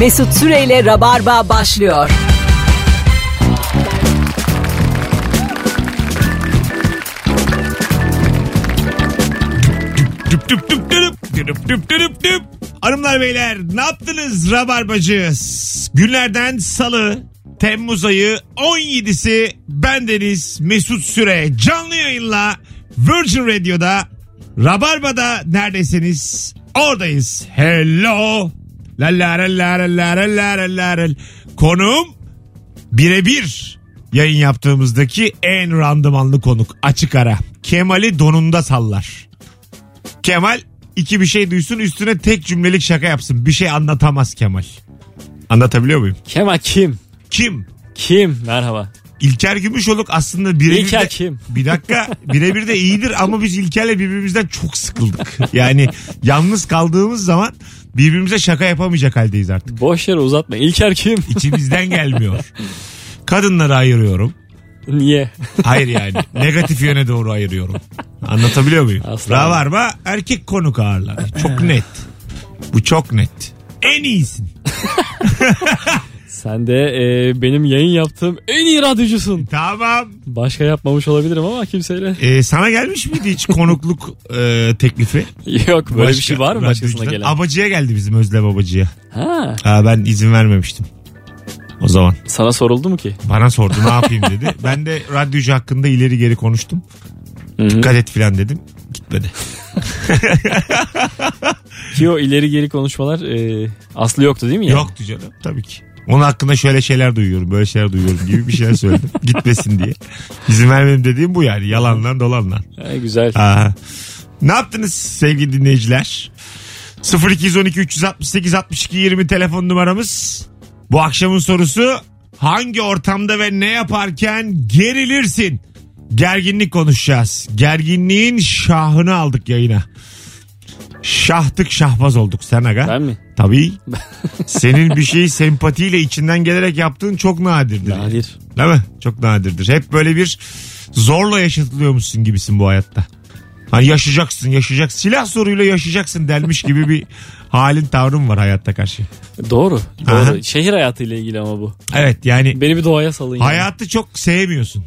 Mesut Süreyle Rabarba başlıyor. Düp düp düp dürüp, dürüp düp dürüp düp. Hanımlar beyler ne yaptınız Rabarbacı? Günlerden salı Temmuz ayı 17'si bendeniz Mesut Süre canlı yayınla Virgin Radio'da Rabarba'da neredesiniz oradayız. Hello. La la la la la la la la la la la. Konuğum birebir yayın yaptığımızdaki en randımanlı konuk açık ara. Kemal'i donunda sallar. Kemal iki bir şey duysun üstüne tek cümlelik şaka yapsın. Bir şey anlatamaz Kemal. Anlatabiliyor muyum? Kemal kim? Kim? Kim? Merhaba. İlker Gümüşoluk aslında birebir İlker de- kim? Bir dakika birebir de iyidir ama biz İlker'le birbirimizden çok sıkıldık. Yani yalnız kaldığımız zaman birbirimize şaka yapamayacak haldeyiz artık. Boş yere uzatma. İlker kim? İçimizden gelmiyor. Kadınları ayırıyorum. Niye? Hayır yani. Negatif yöne doğru ayırıyorum. Anlatabiliyor muyum? Asla. Ravarba erkek konuk ağırlar. Çok net. Bu çok net. En iyisin. Sen de e, benim yayın yaptığım en iyi radyocusun. Tamam. Başka yapmamış olabilirim ama kimseyle. Ee, sana gelmiş miydi hiç konukluk e, teklifi? Yok böyle Başka bir şey var mı başkasına radyocudan? gelen? Abacı'ya geldi bizim Özlem Abacı'ya. ha, Aa, ben izin vermemiştim. O zaman sana soruldu mu ki? bana sordu ne yapayım dedi. Ben de radyocu hakkında ileri geri konuştum. Hı hı. Dikkat et filan dedim. Gitmedi. Ki o ileri geri konuşmalar e, aslı yoktu değil mi? yani? Yoktu canım tabii ki. Onun hakkında şöyle şeyler duyuyorum, böyle şeyler duyuyorum gibi bir şeyler söyledim. Gitmesin diye. İzin vermedim dediğim bu yani. Yalanla dolanla. Ha, E, güzel. Aha. Ne yaptınız sevgili dinleyiciler? 0212 368 62 20 telefon numaramız. Bu akşamın sorusu hangi ortamda ve ne yaparken gerilirsin? Gerginlik konuşacağız. Gerginliğin şahını aldık yayına. Şahtık şahbaz olduk sen aga. Ben mi? Tabii. Senin bir şeyi sempatiyle içinden gelerek yaptığın çok nadirdir. Nadir. Değil mi? Çok nadirdir. Hep böyle bir zorla yaşatılıyormuşsun gibisin bu hayatta. Hani yaşayacaksın, yaşayacaksın. Silah soruyla yaşayacaksın denmiş gibi bir halin tavrın var hayatta karşı. Doğru. Doğru. Aha. Şehir hayatıyla ilgili ama bu. Evet yani Beni bir doğaya salın. yani. hayatı çok sevmiyorsun.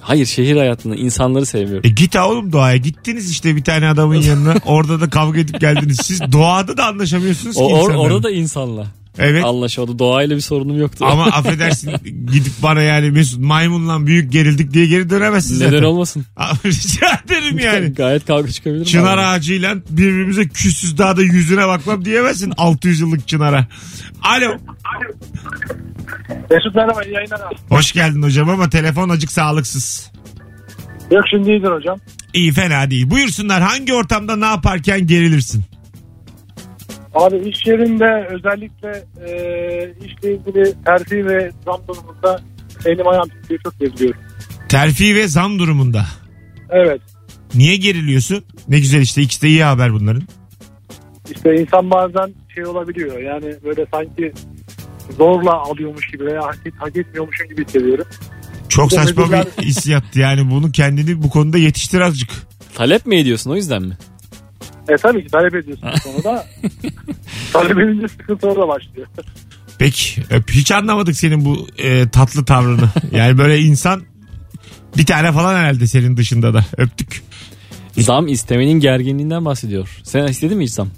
Hayır şehir hayatını insanları sevmiyorum. E git ha oğlum doğaya. Gittiniz işte bir tane adamın yanına. Orada da kavga edip geldiniz. Siz doğada da anlaşamıyorsunuz ki O, or- insanlarla. orada da insanla. Evet. Anlaşıldı. Doğayla bir sorunum yoktu. Ama affedersin gidip bana yani Mesut maymunla büyük gerildik diye geri dönemezsin Neden zaten. olmasın? Rica ederim yani. Gayet kavga çıkabilir. Çınar ağacıyla birbirimize küssüz daha da yüzüne bakmam diyemezsin 600 yıllık çınara. Alo. Mesut merhaba iyi yayınlar abi. Hoş geldin hocam ama telefon acık sağlıksız. Yok şimdi iyidir hocam. İyi fena değil. Buyursunlar hangi ortamda ne yaparken gerilirsin? Abi iş yerinde özellikle e, işle ilgili terfi ve zam durumunda elim ayağım titriyor çok geriliyorum. Terfi ve zam durumunda. Evet Niye geriliyorsun? Ne güzel işte ikisi de iyi haber bunların. işte insan bazen şey olabiliyor yani böyle sanki zorla alıyormuş gibi veya hak, hak etmiyormuşum gibi hissediyorum. Çok Tabii saçma güzel. bir hissiyat yani bunu kendini bu konuda yetiştir azıcık. Talep mi ediyorsun o yüzden mi? E tabii ki talep ediyorsun bu konuda. talep edince sıkıntı orada başlıyor. Peki öp. hiç anlamadık senin bu e, tatlı tavrını. Yani böyle insan bir tane falan herhalde senin dışında da öptük. Zam istemenin gerginliğinden bahsediyor. Sen istedin mi hiç zam?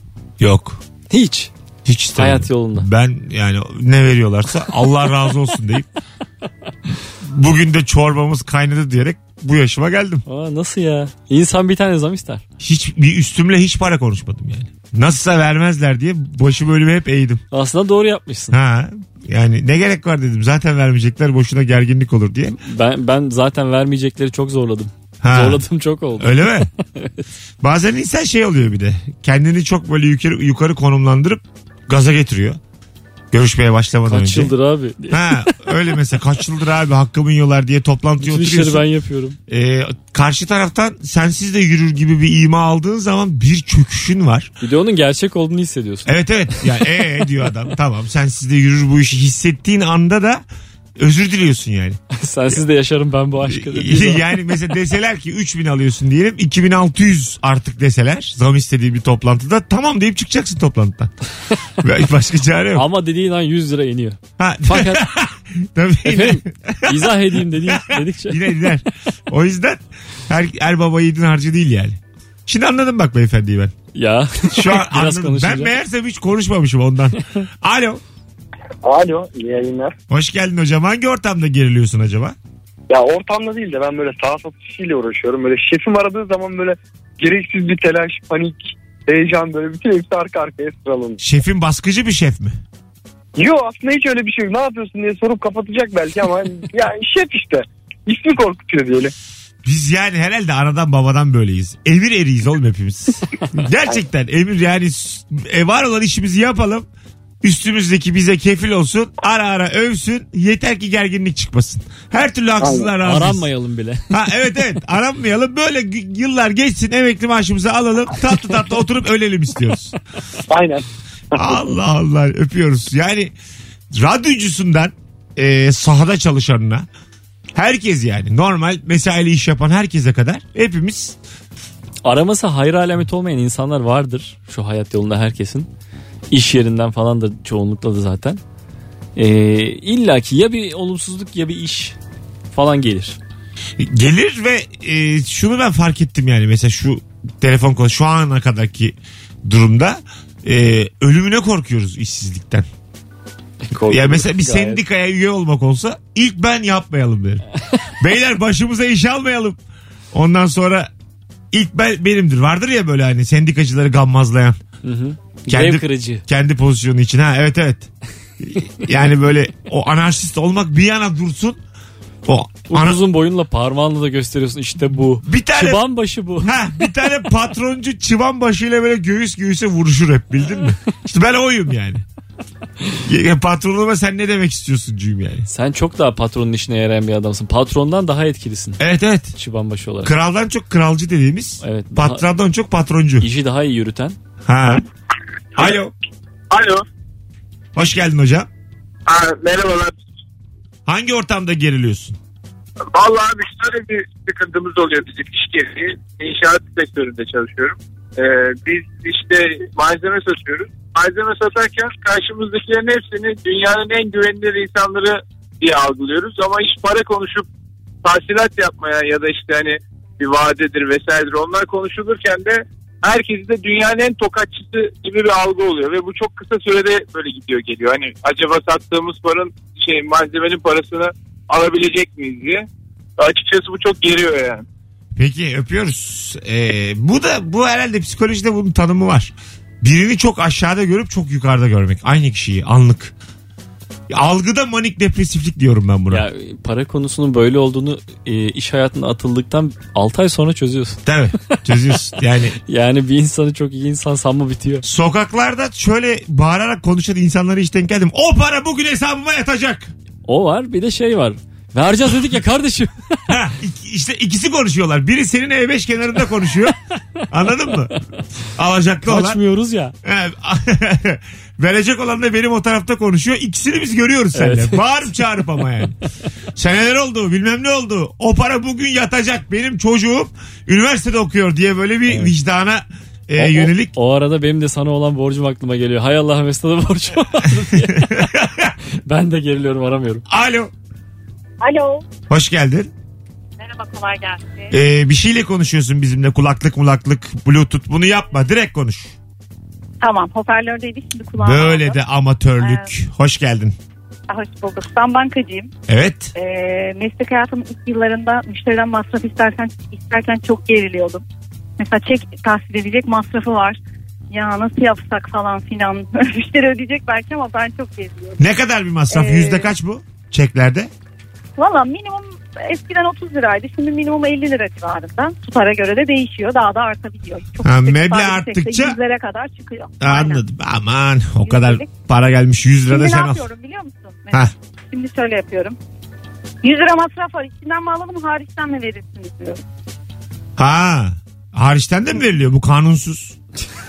Yok. Hiç. Hiç istemedim. Hayat yolunda. Ben yani ne veriyorlarsa Allah razı olsun deyip bugün de çorbamız kaynadı diyerek bu yaşıma geldim. Aa, nasıl ya? İnsan bir tane zam ister. Hiç bir üstümle hiç para konuşmadım yani. Nasılsa vermezler diye başı bölüme hep eğdim. Aslında doğru yapmışsın. Ha yani ne gerek var dedim. Zaten vermeyecekler boşuna gerginlik olur diye. Ben ben zaten vermeyecekleri çok zorladım. Ha. Zorladım çok oldu. Öyle mi? Bazen insan şey oluyor bir de. Kendini çok böyle yukarı, yukarı konumlandırıp gaza getiriyor. Görüşmeye başlamadan Kaç önce. yıldır abi. Ha öyle mesela kaç yıldır abi hakkımın yiyorlar diye toplantıya Bütün işleri oturuyorsun. ben yapıyorum. Ee, karşı taraftan sensiz de yürür gibi bir ima aldığın zaman bir çöküşün var. Bir de onun gerçek olduğunu hissediyorsun. e, Evet evet yani ee diyor adam tamam sensiz de yürür bu işi hissettiğin anda da Özür diliyorsun yani. Ee, Sensiz de yaşarım ben bu aşkı. dediği zaman. yani mesela deseler ki 3000 alıyorsun diyelim 2600 artık deseler zam istediği bir toplantıda tamam deyip çıkacaksın toplantıdan. Başka çare yok. Ama dediğin an 100 lira iniyor. Ha, Fakat tabii yine, efendim izah edeyim dediğin, dedikçe. yine iner. O yüzden her, her baba yiğidin harcı değil yani. Şimdi anladım bak beyefendiyi ben. Ya. Şu an Biraz anladım. Ben konuşacağım. meğersem hiç konuşmamışım ondan. Alo. Alo iyi yayınlar. Hoş geldin hocam. Hangi ortamda geriliyorsun acaba? Ya ortamda değil de ben böyle sağ satışıyla uğraşıyorum. Böyle şefim aradığı zaman böyle gereksiz bir telaş, panik, heyecan böyle bütün hepsi arka arkaya sıralanıyor. Şefin baskıcı bir şef mi? Yo aslında hiç öyle bir şey yok. Ne yapıyorsun diye sorup kapatacak belki ama ya şef işte. İsmi korkutuyor diyelim. Biz yani herhalde anadan babadan böyleyiz. Emir eriyiz oğlum hepimiz. Gerçekten emir yani s- e, var olan işimizi yapalım. Üstümüzdeki bize kefil olsun. Ara ara övsün. Yeter ki gerginlik çıkmasın. Her türlü haksızlığa razıyız. Aranmayalım bile. Ha, evet evet aranmayalım. Böyle g- yıllar geçsin emekli maaşımızı alalım. Tatlı tatlı oturup ölelim istiyoruz. Aynen. Allah Allah öpüyoruz. Yani radyocusundan e, sahada çalışanına herkes yani normal mesaili iş yapan herkese kadar hepimiz Araması hayır alamet olmayan insanlar vardır. Şu hayat yolunda herkesin. İş yerinden falan da çoğunlukla da zaten. Ee, İlla ki ya bir olumsuzluk ya bir iş falan gelir. gelir ve e, şunu ben fark ettim yani mesela şu telefon konu şu ana kadarki durumda e, ölümüne korkuyoruz işsizlikten. Ya mesela bir Gayet. sendikaya üye olmak olsa ilk ben yapmayalım derim. Beyler başımıza iş almayalım. Ondan sonra ilk ben benimdir. Vardır ya böyle hani sendikacıları gammazlayan. Kendi- Dev kırıcı. kendi pozisyonu için ha evet evet. Yani böyle o anarşist olmak bir yana dursun. O ana- Uzun boyunla parmağınla da gösteriyorsun işte bu. bir tane Çıban başı bu. ha bir tane patroncu çıvan başıyla böyle göğüs göğüse vuruşur hep bildin mi? İşte ben oyum yani. Ya patronuma sen ne demek istiyorsun cüğüm yani? Sen çok daha patronun işine yarayan bir adamsın. Patrondan daha etkilisin. Evet evet. Çıban başı olarak. Kraldan çok kralcı dediğimiz. Evet, daha- patrondan çok patroncu. İşi daha iyi yürüten. Ha. Alo. Alo. Hoş geldin hocam. Aa, merhabalar. Hangi ortamda geriliyorsun? Vallahi abi şöyle bir sıkıntımız oluyor bizim iş gereği. İnşaat sektöründe çalışıyorum. Ee, biz işte malzeme satıyoruz. Malzeme satarken karşımızdakilerin hepsini dünyanın en güvenilir insanları diye algılıyoruz. Ama iş para konuşup tahsilat yapmaya ya da işte hani bir vadedir vesairedir onlar konuşulurken de herkesi de dünyanın en tokatçısı gibi bir algı oluyor ve bu çok kısa sürede böyle gidiyor geliyor. Hani acaba sattığımız paranın şey malzemenin parasını alabilecek miyiz diye. Açıkçası bu çok geriyor yani. Peki öpüyoruz. Ee, bu da bu herhalde psikolojide bunun tanımı var. Birini çok aşağıda görüp çok yukarıda görmek. Aynı kişiyi anlık. Algıda manik depresiflik diyorum ben buna. Ya para konusunun böyle olduğunu e, iş hayatına atıldıktan 6 ay sonra çözüyorsun. Tabii çözüyorsun. Yani Yani bir insanı çok iyi insan sanma bitiyor. sokaklarda şöyle bağırarak konuşan insanlara hiç denk geldim. O para bugün hesabıma yatacak. O var bir de şey var. Vereceğiz dedik ya kardeşim. Ha, ik- işte ikisi konuşuyorlar. Biri senin E5 kenarında konuşuyor. Anladın mı? Alacaklı olan. Açmıyoruz ya. Ha, Verecek olan da benim o tarafta konuşuyor. İkisini biz görüyoruz seninle. Evet. Bağırıp çağırıp ama yani. Seneler oldu bilmem ne oldu. O para bugün yatacak. Benim çocuğum üniversitede okuyor diye böyle bir vicdana e, O- o- yönelik. O, arada benim de sana olan borcum aklıma geliyor. Hay Allah Mesut'a borcum vardı diye. ben de geriliyorum aramıyorum. Alo. Alo. Hoş geldin. Merhaba kolay gelsin. E, bir şeyle konuşuyorsun bizimle. Kulaklık mulaklık bluetooth bunu yapma. Direkt konuş. Tamam hoparlördeydi şimdi kulağım. Böyle aldı. de amatörlük. Hoş geldin. Ah, Hoş bulduk. Ben bankacıyım. Evet. Ee, meslek hayatımın ilk yıllarında müşteriden masraf isterken isterken çok geriliyordum. Mesela çek tahsil edecek masrafı var. Ya nasıl yapsak falan filan. Müşteri ödeyecek belki ama ben çok geriliyorum. Ne kadar bir masraf? Ee, Yüzde kaç bu? Çeklerde. Valla minimum eskiden 30 liraydı. Şimdi minimum 50 lira civarında. Tutara göre de değişiyor. Daha da artabiliyor. Çok Ha, yüksek meblağ tutar yüksekse arttıkça- Yüzlere kadar çıkıyor. Aynen. Anladım. Aman o kadar para gelmiş 100 lira da Şimdi ne sen al. yapıyorum biliyor musun? Ha. Şimdi şöyle yapıyorum. 100 lira masraf var. İçinden mi alalım hariçten mi verirsiniz diyorum. Ha. Hariçten de mi veriliyor bu kanunsuz?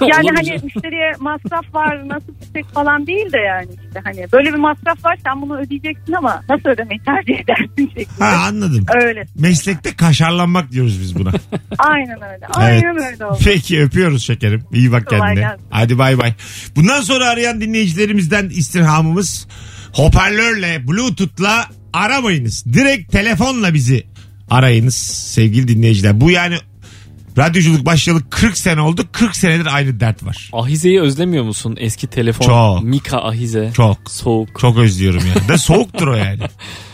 Yani Olamayacak. şey. hani müşteriye masraf var nasıl çiçek falan değil de yani işte hani böyle bir masraf var sen bunu ödeyeceksin ama nasıl ödemeyi tercih edersin şeklinde. Ha anladım. Öyle. Meslekte kaşarlanmak diyoruz biz buna. Aynen öyle. Aynen öyle oldu. Peki öpüyoruz şekerim. İyi bak Kolay kendine. gelsin. Hadi bay bay. Bundan sonra arayan dinleyicilerimizden istirhamımız hoparlörle, bluetooth'la aramayınız. Direkt telefonla bizi arayınız sevgili dinleyiciler. Bu yani radyoculuk başlayalı 40 sene oldu. 40 senedir aynı dert var. Ahize'yi özlemiyor musun? Eski telefon. Çok. Mika Ahize. Çok. Soğuk. Çok özlüyorum ya. De soğuktur o yani.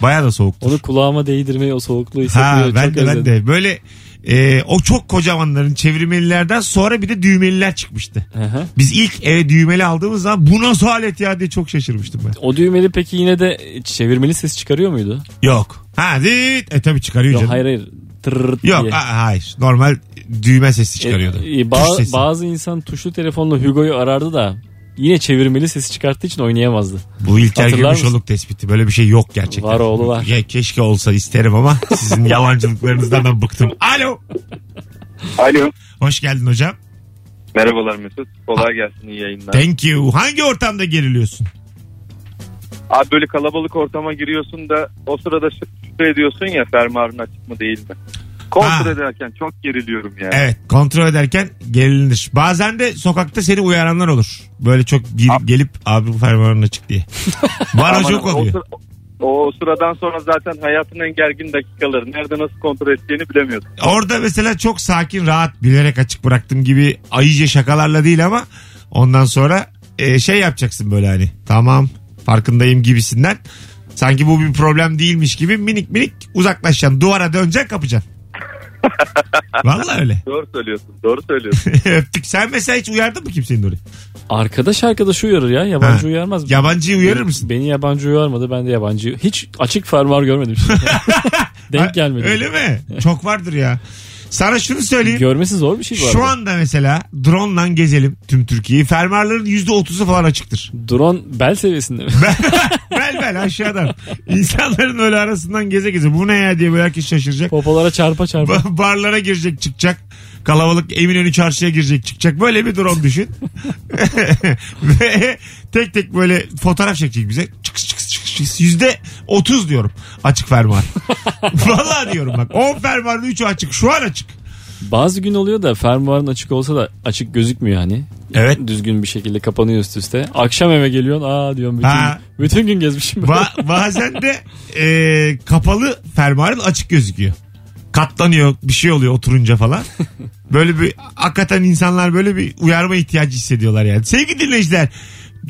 Baya da soğuktur. Onu kulağıma değdirmeyi o soğukluğu Ha hissetmiyor. ben Çok de ben özledim. de. Böyle e, o çok kocamanların çevirmelilerden sonra bir de düğmeliler çıkmıştı. Hı hı. Biz ilk eve düğmeli aldığımız zaman bu nasıl alet ya diye çok şaşırmıştım ben. O düğmeli peki yine de çevirmeli ses çıkarıyor muydu? Yok. Ha dit. E tabii çıkarıyor Yok canım. hayır hayır. Tırırt Yok diye. a- hayır. Normal düğme sesi çıkarıyordu. E, e, Tuş ba- sesi. bazı insan tuşlu telefonla Hugo'yu arardı da yine çevirmeli sesi çıkarttığı için oynayamazdı. Bu İlker Hatırlar Gümüşoluk tespiti. Böyle bir şey yok gerçekten. Var oğlu var. Ya, keşke olsa isterim ama sizin yalancılıklarınızdan ben bıktım. Alo. Alo. Hoş geldin hocam. Merhabalar Mesut. Kolay gelsin iyi yayınlar. Thank you. Hangi ortamda geriliyorsun? Abi böyle kalabalık ortama giriyorsun da o sırada şifre ediyorsun ya fermuarın açık mı değil mi? Kontrol Ha. ederken çok geriliyorum ya. Evet kontrol ederken gerilinir. Bazen de sokakta seni uyaranlar olur. Böyle çok gir- gelip abi bu fermuarın açık diye. Bana Aman çok aman, o, oluyor. sıra- o, o sıradan sonra zaten hayatının en gergin dakikaları. Nerede nasıl kontrol edeceğini bilemiyorsun. Orada mesela çok sakin rahat bilerek açık bıraktım gibi ayıca şakalarla değil ama ondan sonra e, şey yapacaksın böyle hani tamam farkındayım gibisinden. Sanki bu bir problem değilmiş gibi minik minik uzaklaşacaksın. Duvara döneceksin kapacaksın. Vallahi öyle. Doğru söylüyorsun. Doğru söylüyorsun. Öptük. Sen mesela hiç uyardın mı kimsenin oraya? Arkadaş arkadaşı uyarır ya. Yabancı Ha. uyarmaz. Yabancıyı uyarır mısın? Beni yabancı uyarmadı. Ben de yabancı. Hiç açık fermuar görmedim. Ha, Denk gelmedi. Öyle mi? Çok vardır ya. Sana şunu söyleyeyim. Görmesi zor bir şey bu Şu arada. anda mesela drone'la gezelim tüm Türkiye'yi. Fermuarların %30'u falan açıktır. Drone bel seviyesinde mi? bel bel aşağıdan. İnsanların öyle arasından geze geze bu ne ya diye böyle herkes şaşıracak. Popolara çarpa çarpa. Ba- Barlara girecek çıkacak. Kalabalık Eminönü çarşıya girecek çıkacak. Böyle bir drone düşün. Ve tek tek böyle fotoğraf çekecek bize. Çıkış çıkış çıkış çıkış. Yüzde otuz diyorum açık fermuar. Vallahi diyorum bak. On fermuarın üçü açık. Şu an açık. Bazı gün oluyor da fermuarın açık olsa da açık gözükmüyor hani. Evet. Düzgün bir şekilde kapanıyor üst üste. Akşam eve geliyorsun aa diyorum bütün, Ha. bütün gün gezmişim. Ba- bazen de e, kapalı fermuarın açık gözüküyor. Katlanıyor bir şey oluyor oturunca falan. Böyle bir hakikaten insanlar böyle bir uyarma ihtiyacı hissediyorlar yani. Sevgili dinleyiciler,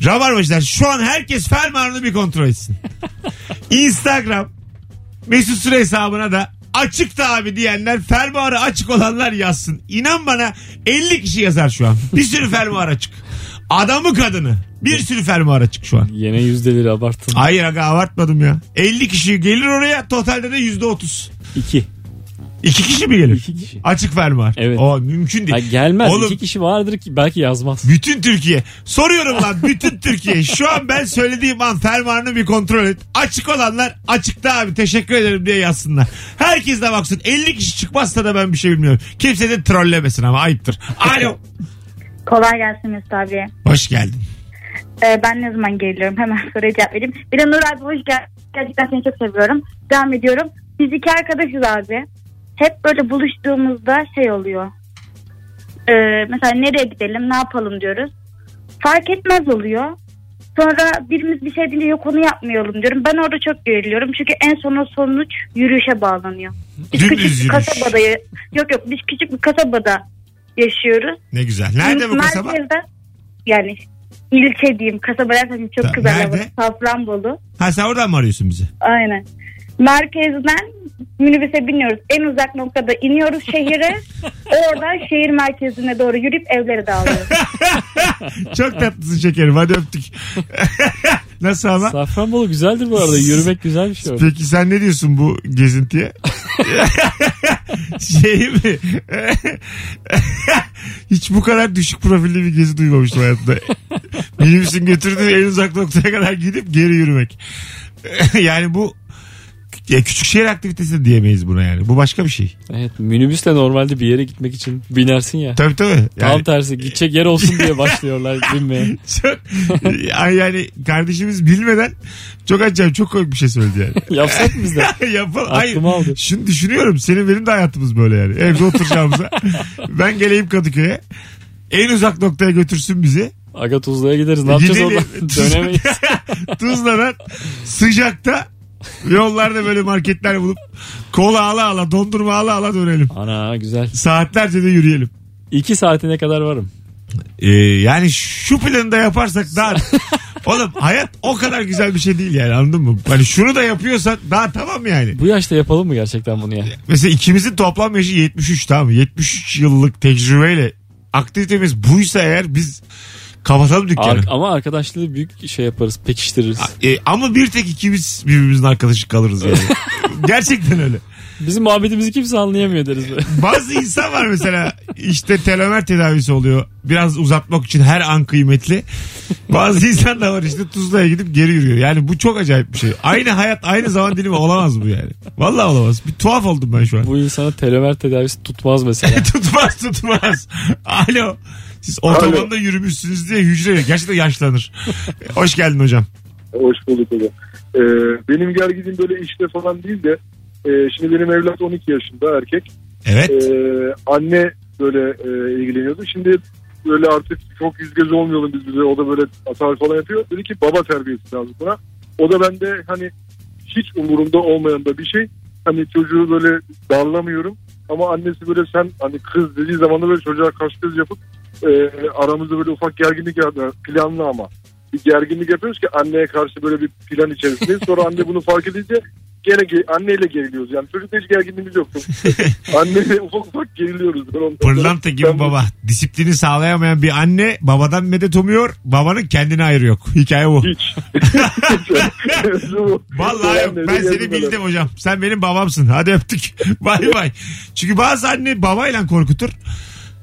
rabarbacılar şu an herkes fermuarını bir kontrol etsin. Instagram Mesut Süre hesabına da açıktı abi diyenler fermuarı açık olanlar yazsın. İnan bana 50 kişi yazar şu an. Bir sürü fermuar açık. Adamı kadını. Bir sürü fermuar açık şu an. Yine yüzdeleri abarttın. Hayır aga abartmadım ya. 50 kişi gelir oraya totalde de %30. İki. İki kişi mi gelir? İki kişi. Açık fermuar. Evet. O mümkün değil. Ha, gelmez. Oğlum- İki kişi vardır ki belki yazmaz. Bütün Türkiye. Soruyorum lan bütün Türkiye. Şu an ben söylediğim an fermuarını bir kontrol et. Açık olanlar açıkta abi teşekkür ederim diye yazsınlar. Herkes de baksın. 50 kişi çıkmazsa da ben bir şey bilmiyorum. Kimse de trollemesin ama ayıptır. Alo. Kolay gelsin Mesut abi. Hoş geldin. Ee, ben ne zaman geliyorum? Hemen soruya cevap vereyim. Bir de Nur abi hoş gel. Gerçekten seni çok seviyorum. Devam ediyorum. Biz iki arkadaşız abi. Hep böyle buluştuğumuzda şey oluyor. Ee, mesela nereye gidelim, ne yapalım diyoruz. Fark etmez oluyor. Sonra birimiz bir şey deyince yok onu yapmayalım diyorum. Ben orada çok geriliyorum. Çünkü en sona sonuç yürüyüşe bağlanıyor. Biz Dümdüz küçük bir yürüyüş. kasabada yok yok biz küçük bir kasabada yaşıyoruz. Ne güzel. Nerede bu kasaba? Merkezde, yani ilçe diyeyim. Kasaba dersen Ta- çok güzel. nerede? Nerede? Safranbolu. Ha sen oradan mı arıyorsun bizi? Aynen. Merkezden minibüse biniyoruz. En uzak noktada iniyoruz şehire. Oradan şehir merkezine doğru yürüyüp evlere dağılıyoruz. Çok tatlısın şekerim. Hadi öptük. Nasıl ama? Safranbolu güzeldir bu arada. Yürümek güzel bir şey. orada. Peki sen ne diyorsun bu gezintiye? şey mi? Hiç bu kadar düşük profilli bir gezi duymamıştım hayatımda. Minibüsün götürdüğü en uzak noktaya kadar gidip geri yürümek. yani bu Ya küçük şehir aktivitesi de diyemeyiz buna yani. Bu başka bir şey. Evet minibüsle normalde bir yere gitmek için binersin ya. Tabii tabii. Tam Yani, tersi gidecek yer olsun diye başlıyorlar binmeye. çok, Ay yani kardeşimiz bilmeden çok acayip çok komik bir şey söyledi yani. Yapsak mı biz de? Yapalım. Hayır. Aklıma aldı. Şunu düşünüyorum. Senin benim de hayatımız böyle yani. Evde oturacağımıza. ben geleyim Kadıköy'e. En uzak noktaya götürsün bizi. Aga Tuzla'ya gideriz. Ne yapacağız Gidelim. oradan? Dönemeyiz. Tuzla'dan sıcakta yollarda böyle marketler bulup kola ala ala dondurma ala ala dönelim. Ana güzel. Saatlerce de yürüyelim. İki saatine kadar varım. Ee, yani şu planı da yaparsak daha... Oğlum hayat o kadar güzel bir şey değil yani anladın mı? Hani şunu da yapıyorsak daha tamam yani. Bu yaşta yapalım mı gerçekten bunu ya? Mesela ikimizin toplam yaşı 73 tamam mı? 73 yıllık tecrübeyle aktivitemiz buysa eğer biz kapatalım dükkanı. Ar- ama arkadaşlığı büyük şey yaparız. Pekiştiririz. E, ama bir tek ikimiz birbirimizin arkadaşı kalırız yani. Gerçekten öyle. Bizim muhabbetimizi kimse anlayamıyor deriz. böyle. Bazı insan var mesela işte telomer tedavisi oluyor. Biraz uzatmak için her an kıymetli. Bazı insan da var işte Tuzla'ya gidip geri yürüyor. Yani bu çok acayip bir şey. Aynı hayat aynı zaman dilimi olamaz bu yani. Vallahi olamaz. Bir tuhaf oldum ben şu an. Bu insana telomer tedavisi tutmaz mesela. tutmaz tutmaz. Alo. Siz otobanda yürümüşsünüz diye hücre gerçekten yaşlanır. Hoş geldin hocam. Hoş bulduk hocam. Ee, benim gerginim böyle işte falan değil de e, şimdi benim evlat 12 yaşında erkek. Evet. Ee, anne böyle e, ilgileniyordu. Şimdi böyle artık çok yüz göz olmayalım biz bize. O da böyle hata falan yapıyor. Dedi ki baba terbiyesi lazım buna. O da bende hani hiç umurumda olmayan da bir şey. Hani çocuğu böyle darlamıyorum. Ama annesi böyle sen hani kız dediği zaman da böyle çocuğa kaş göz yapıp e, aramızda böyle ufak gerginlik yapıyor. Planlı ama. Bir gerginlik yapıyoruz ki anneye karşı böyle bir plan içerisindeyiz. Sonra anne bunu fark edince gene ge- anneyle geriliyoruz. Yani çocukta hiç gerginliğimiz yok. Anneyle ufak ufak geriliyoruz. Ben ondan sonra- Pırlanta gibi Ben- baba. Disiplini sağlayamayan bir anne babadan medet umuyor. Babanın kendine ayrı yok. Hikaye bu. Hiç. Hiç. Bu- Vallahi yok. Anneyle Ben seni gerginlik bildim hocam. Sen benim babamsın. Hadi öptük. Bay bay. Çünkü bazı anne babayla korkutur.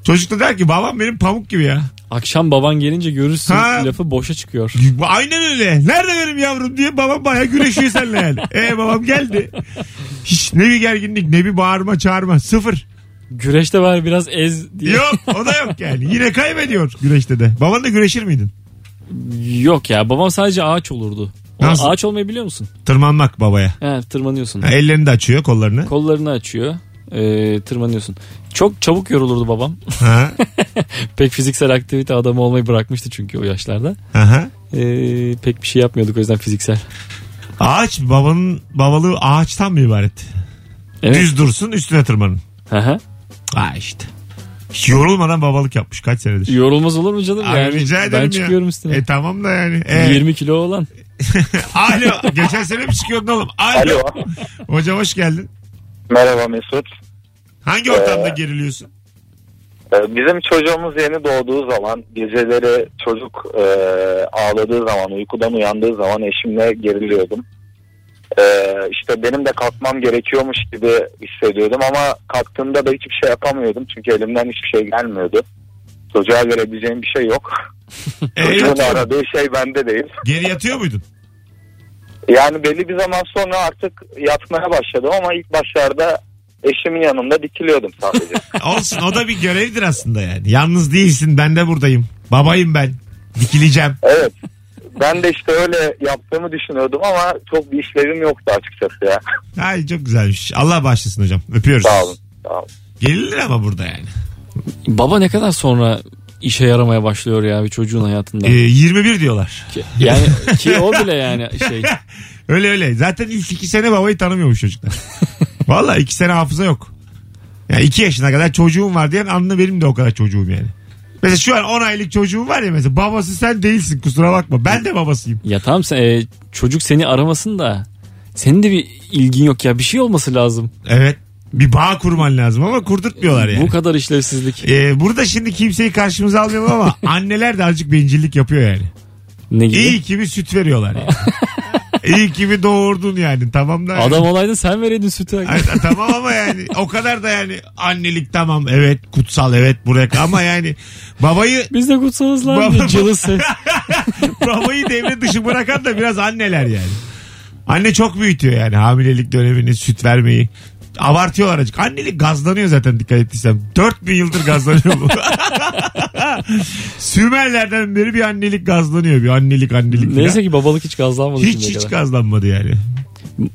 Çocuk da der ki babam benim pamuk gibi ya. Akşam baban gelince görürsün Ha. lafı boşa çıkıyor. Aynen öyle. Nerede benim yavrum diye babam baya güreşiyor seninle yani. E babam geldi. Hiç ne bir gerginlik ne bir bağırma çağırma. Sıfır. Güreşte var biraz ez diye. Yok o da yok yani. Yine kaybediyor güreşte de. Baban da güreşir miydin? Yok ya babam sadece ağaç olurdu. O Nasıl? Ağaç olmayı biliyor musun? Tırmanmak babaya. He, tırmanıyorsun. Ha, ellerini de açıyor kollarını. Kollarını açıyor. e, tırmanıyorsun. Çok çabuk yorulurdu babam. Ha, Pek fiziksel aktivite adamı olmayı bırakmıştı çünkü o yaşlarda. aha. E, pek bir şey yapmıyorduk o yüzden fiziksel. Ağaç babanın babalığı ağaçtan mı ibaret? Evet. Düz dursun üstüne tırmanın. Hı hı. Ha işte. Hiç yorulmadan babalık yapmış kaç senedir. Yorulmaz olur mu canım? Abi Yani rica ederim ben ya. çıkıyorum üstüne. E tamam da yani. E, 20 kilo olan. Alo. Geçen sene mi çıkıyordun oğlum? Alo. Alo. Hocam hoş geldin. Merhaba Mesut. Hangi ortamda geriliyorsun? Ee, Bizim çocuğumuz yeni doğduğu zaman geceleri çocuk e, ağladığı zaman uykudan uyandığı zaman eşimle geriliyordum. E, işte benim de kalkmam gerekiyormuş gibi hissediyordum ama kalktığımda da hiçbir şey yapamıyordum çünkü elimden hiçbir şey gelmiyordu. Çocuğa verebileceğim bir şey yok. E, Çocuğun yatıyor- aradığı şey bende değil. geri yatıyor muydun? Yani belli bir zaman sonra artık yatmaya başladım ama ilk başlarda eşimin yanında dikiliyordum sadece. Olsun o da bir görevdir aslında yani. Yalnız değilsin ben de buradayım. Babayım ben. Dikileceğim. Evet. Ben de işte öyle yaptığımı düşünüyordum ama çok bir işlevim yoktu açıkçası ya. Ay çok güzelmiş. Allah bağışlasın hocam. Öpüyoruz. Sağ olun. Sağ olun. Gerilir ama burada yani. Baba ne kadar sonra işe yaramaya başlıyor ya bir çocuğun hayatında. E, 21 diyorlar. Ki- yani ki o bile yani şey. Öyle öyle. Zaten ilk iki sene babayı tanımıyormuş çocuklar. Valla iki sene hafıza yok. Ya iki yaşına kadar çocuğum var diyen anla benim de o kadar çocuğum yani. Mesela şu an 10 aylık çocuğum var ya mesela babası sen değilsin kusura bakma ben de babasıyım. Ya tamam sen, e, çocuk seni aramasın da senin de bir ilgin yok ya bir şey olması lazım. Evet bir bağ kurman lazım ama kurdurtmuyorlar yani. Bu kadar işlevsizlik. Ee, burada şimdi kimseyi karşımıza almayalım ama anneler de azıcık bencillik yapıyor yani. Ne gibi? İyi ki bir süt veriyorlar yani. İyi ki bir doğurdun yani tamam da. yani. Adam olaydı sen vereydin sütü. Ay, ta- tamam ama yani o kadar da yani annelik tamam evet kutsal evet buraya ama yani babayı Biz de kutsalız lan Baba- diye cılız ses. babayı devre dışı bırakan da biraz anneler yani. Anne çok büyütüyor yani hamilelik dönemini, süt vermeyi. Abartıyorlar azıcık. Annelik gazlanıyor zaten dikkat ettiysem. 4000 yıldır gazlanıyor bu. Sümerlerden beri bir annelik gazlanıyor. Bir annelik annelik. falan. Neyse ki babalık hiç gazlanmadı hiç şimdiye hiç kadar. gazlanmadı yani.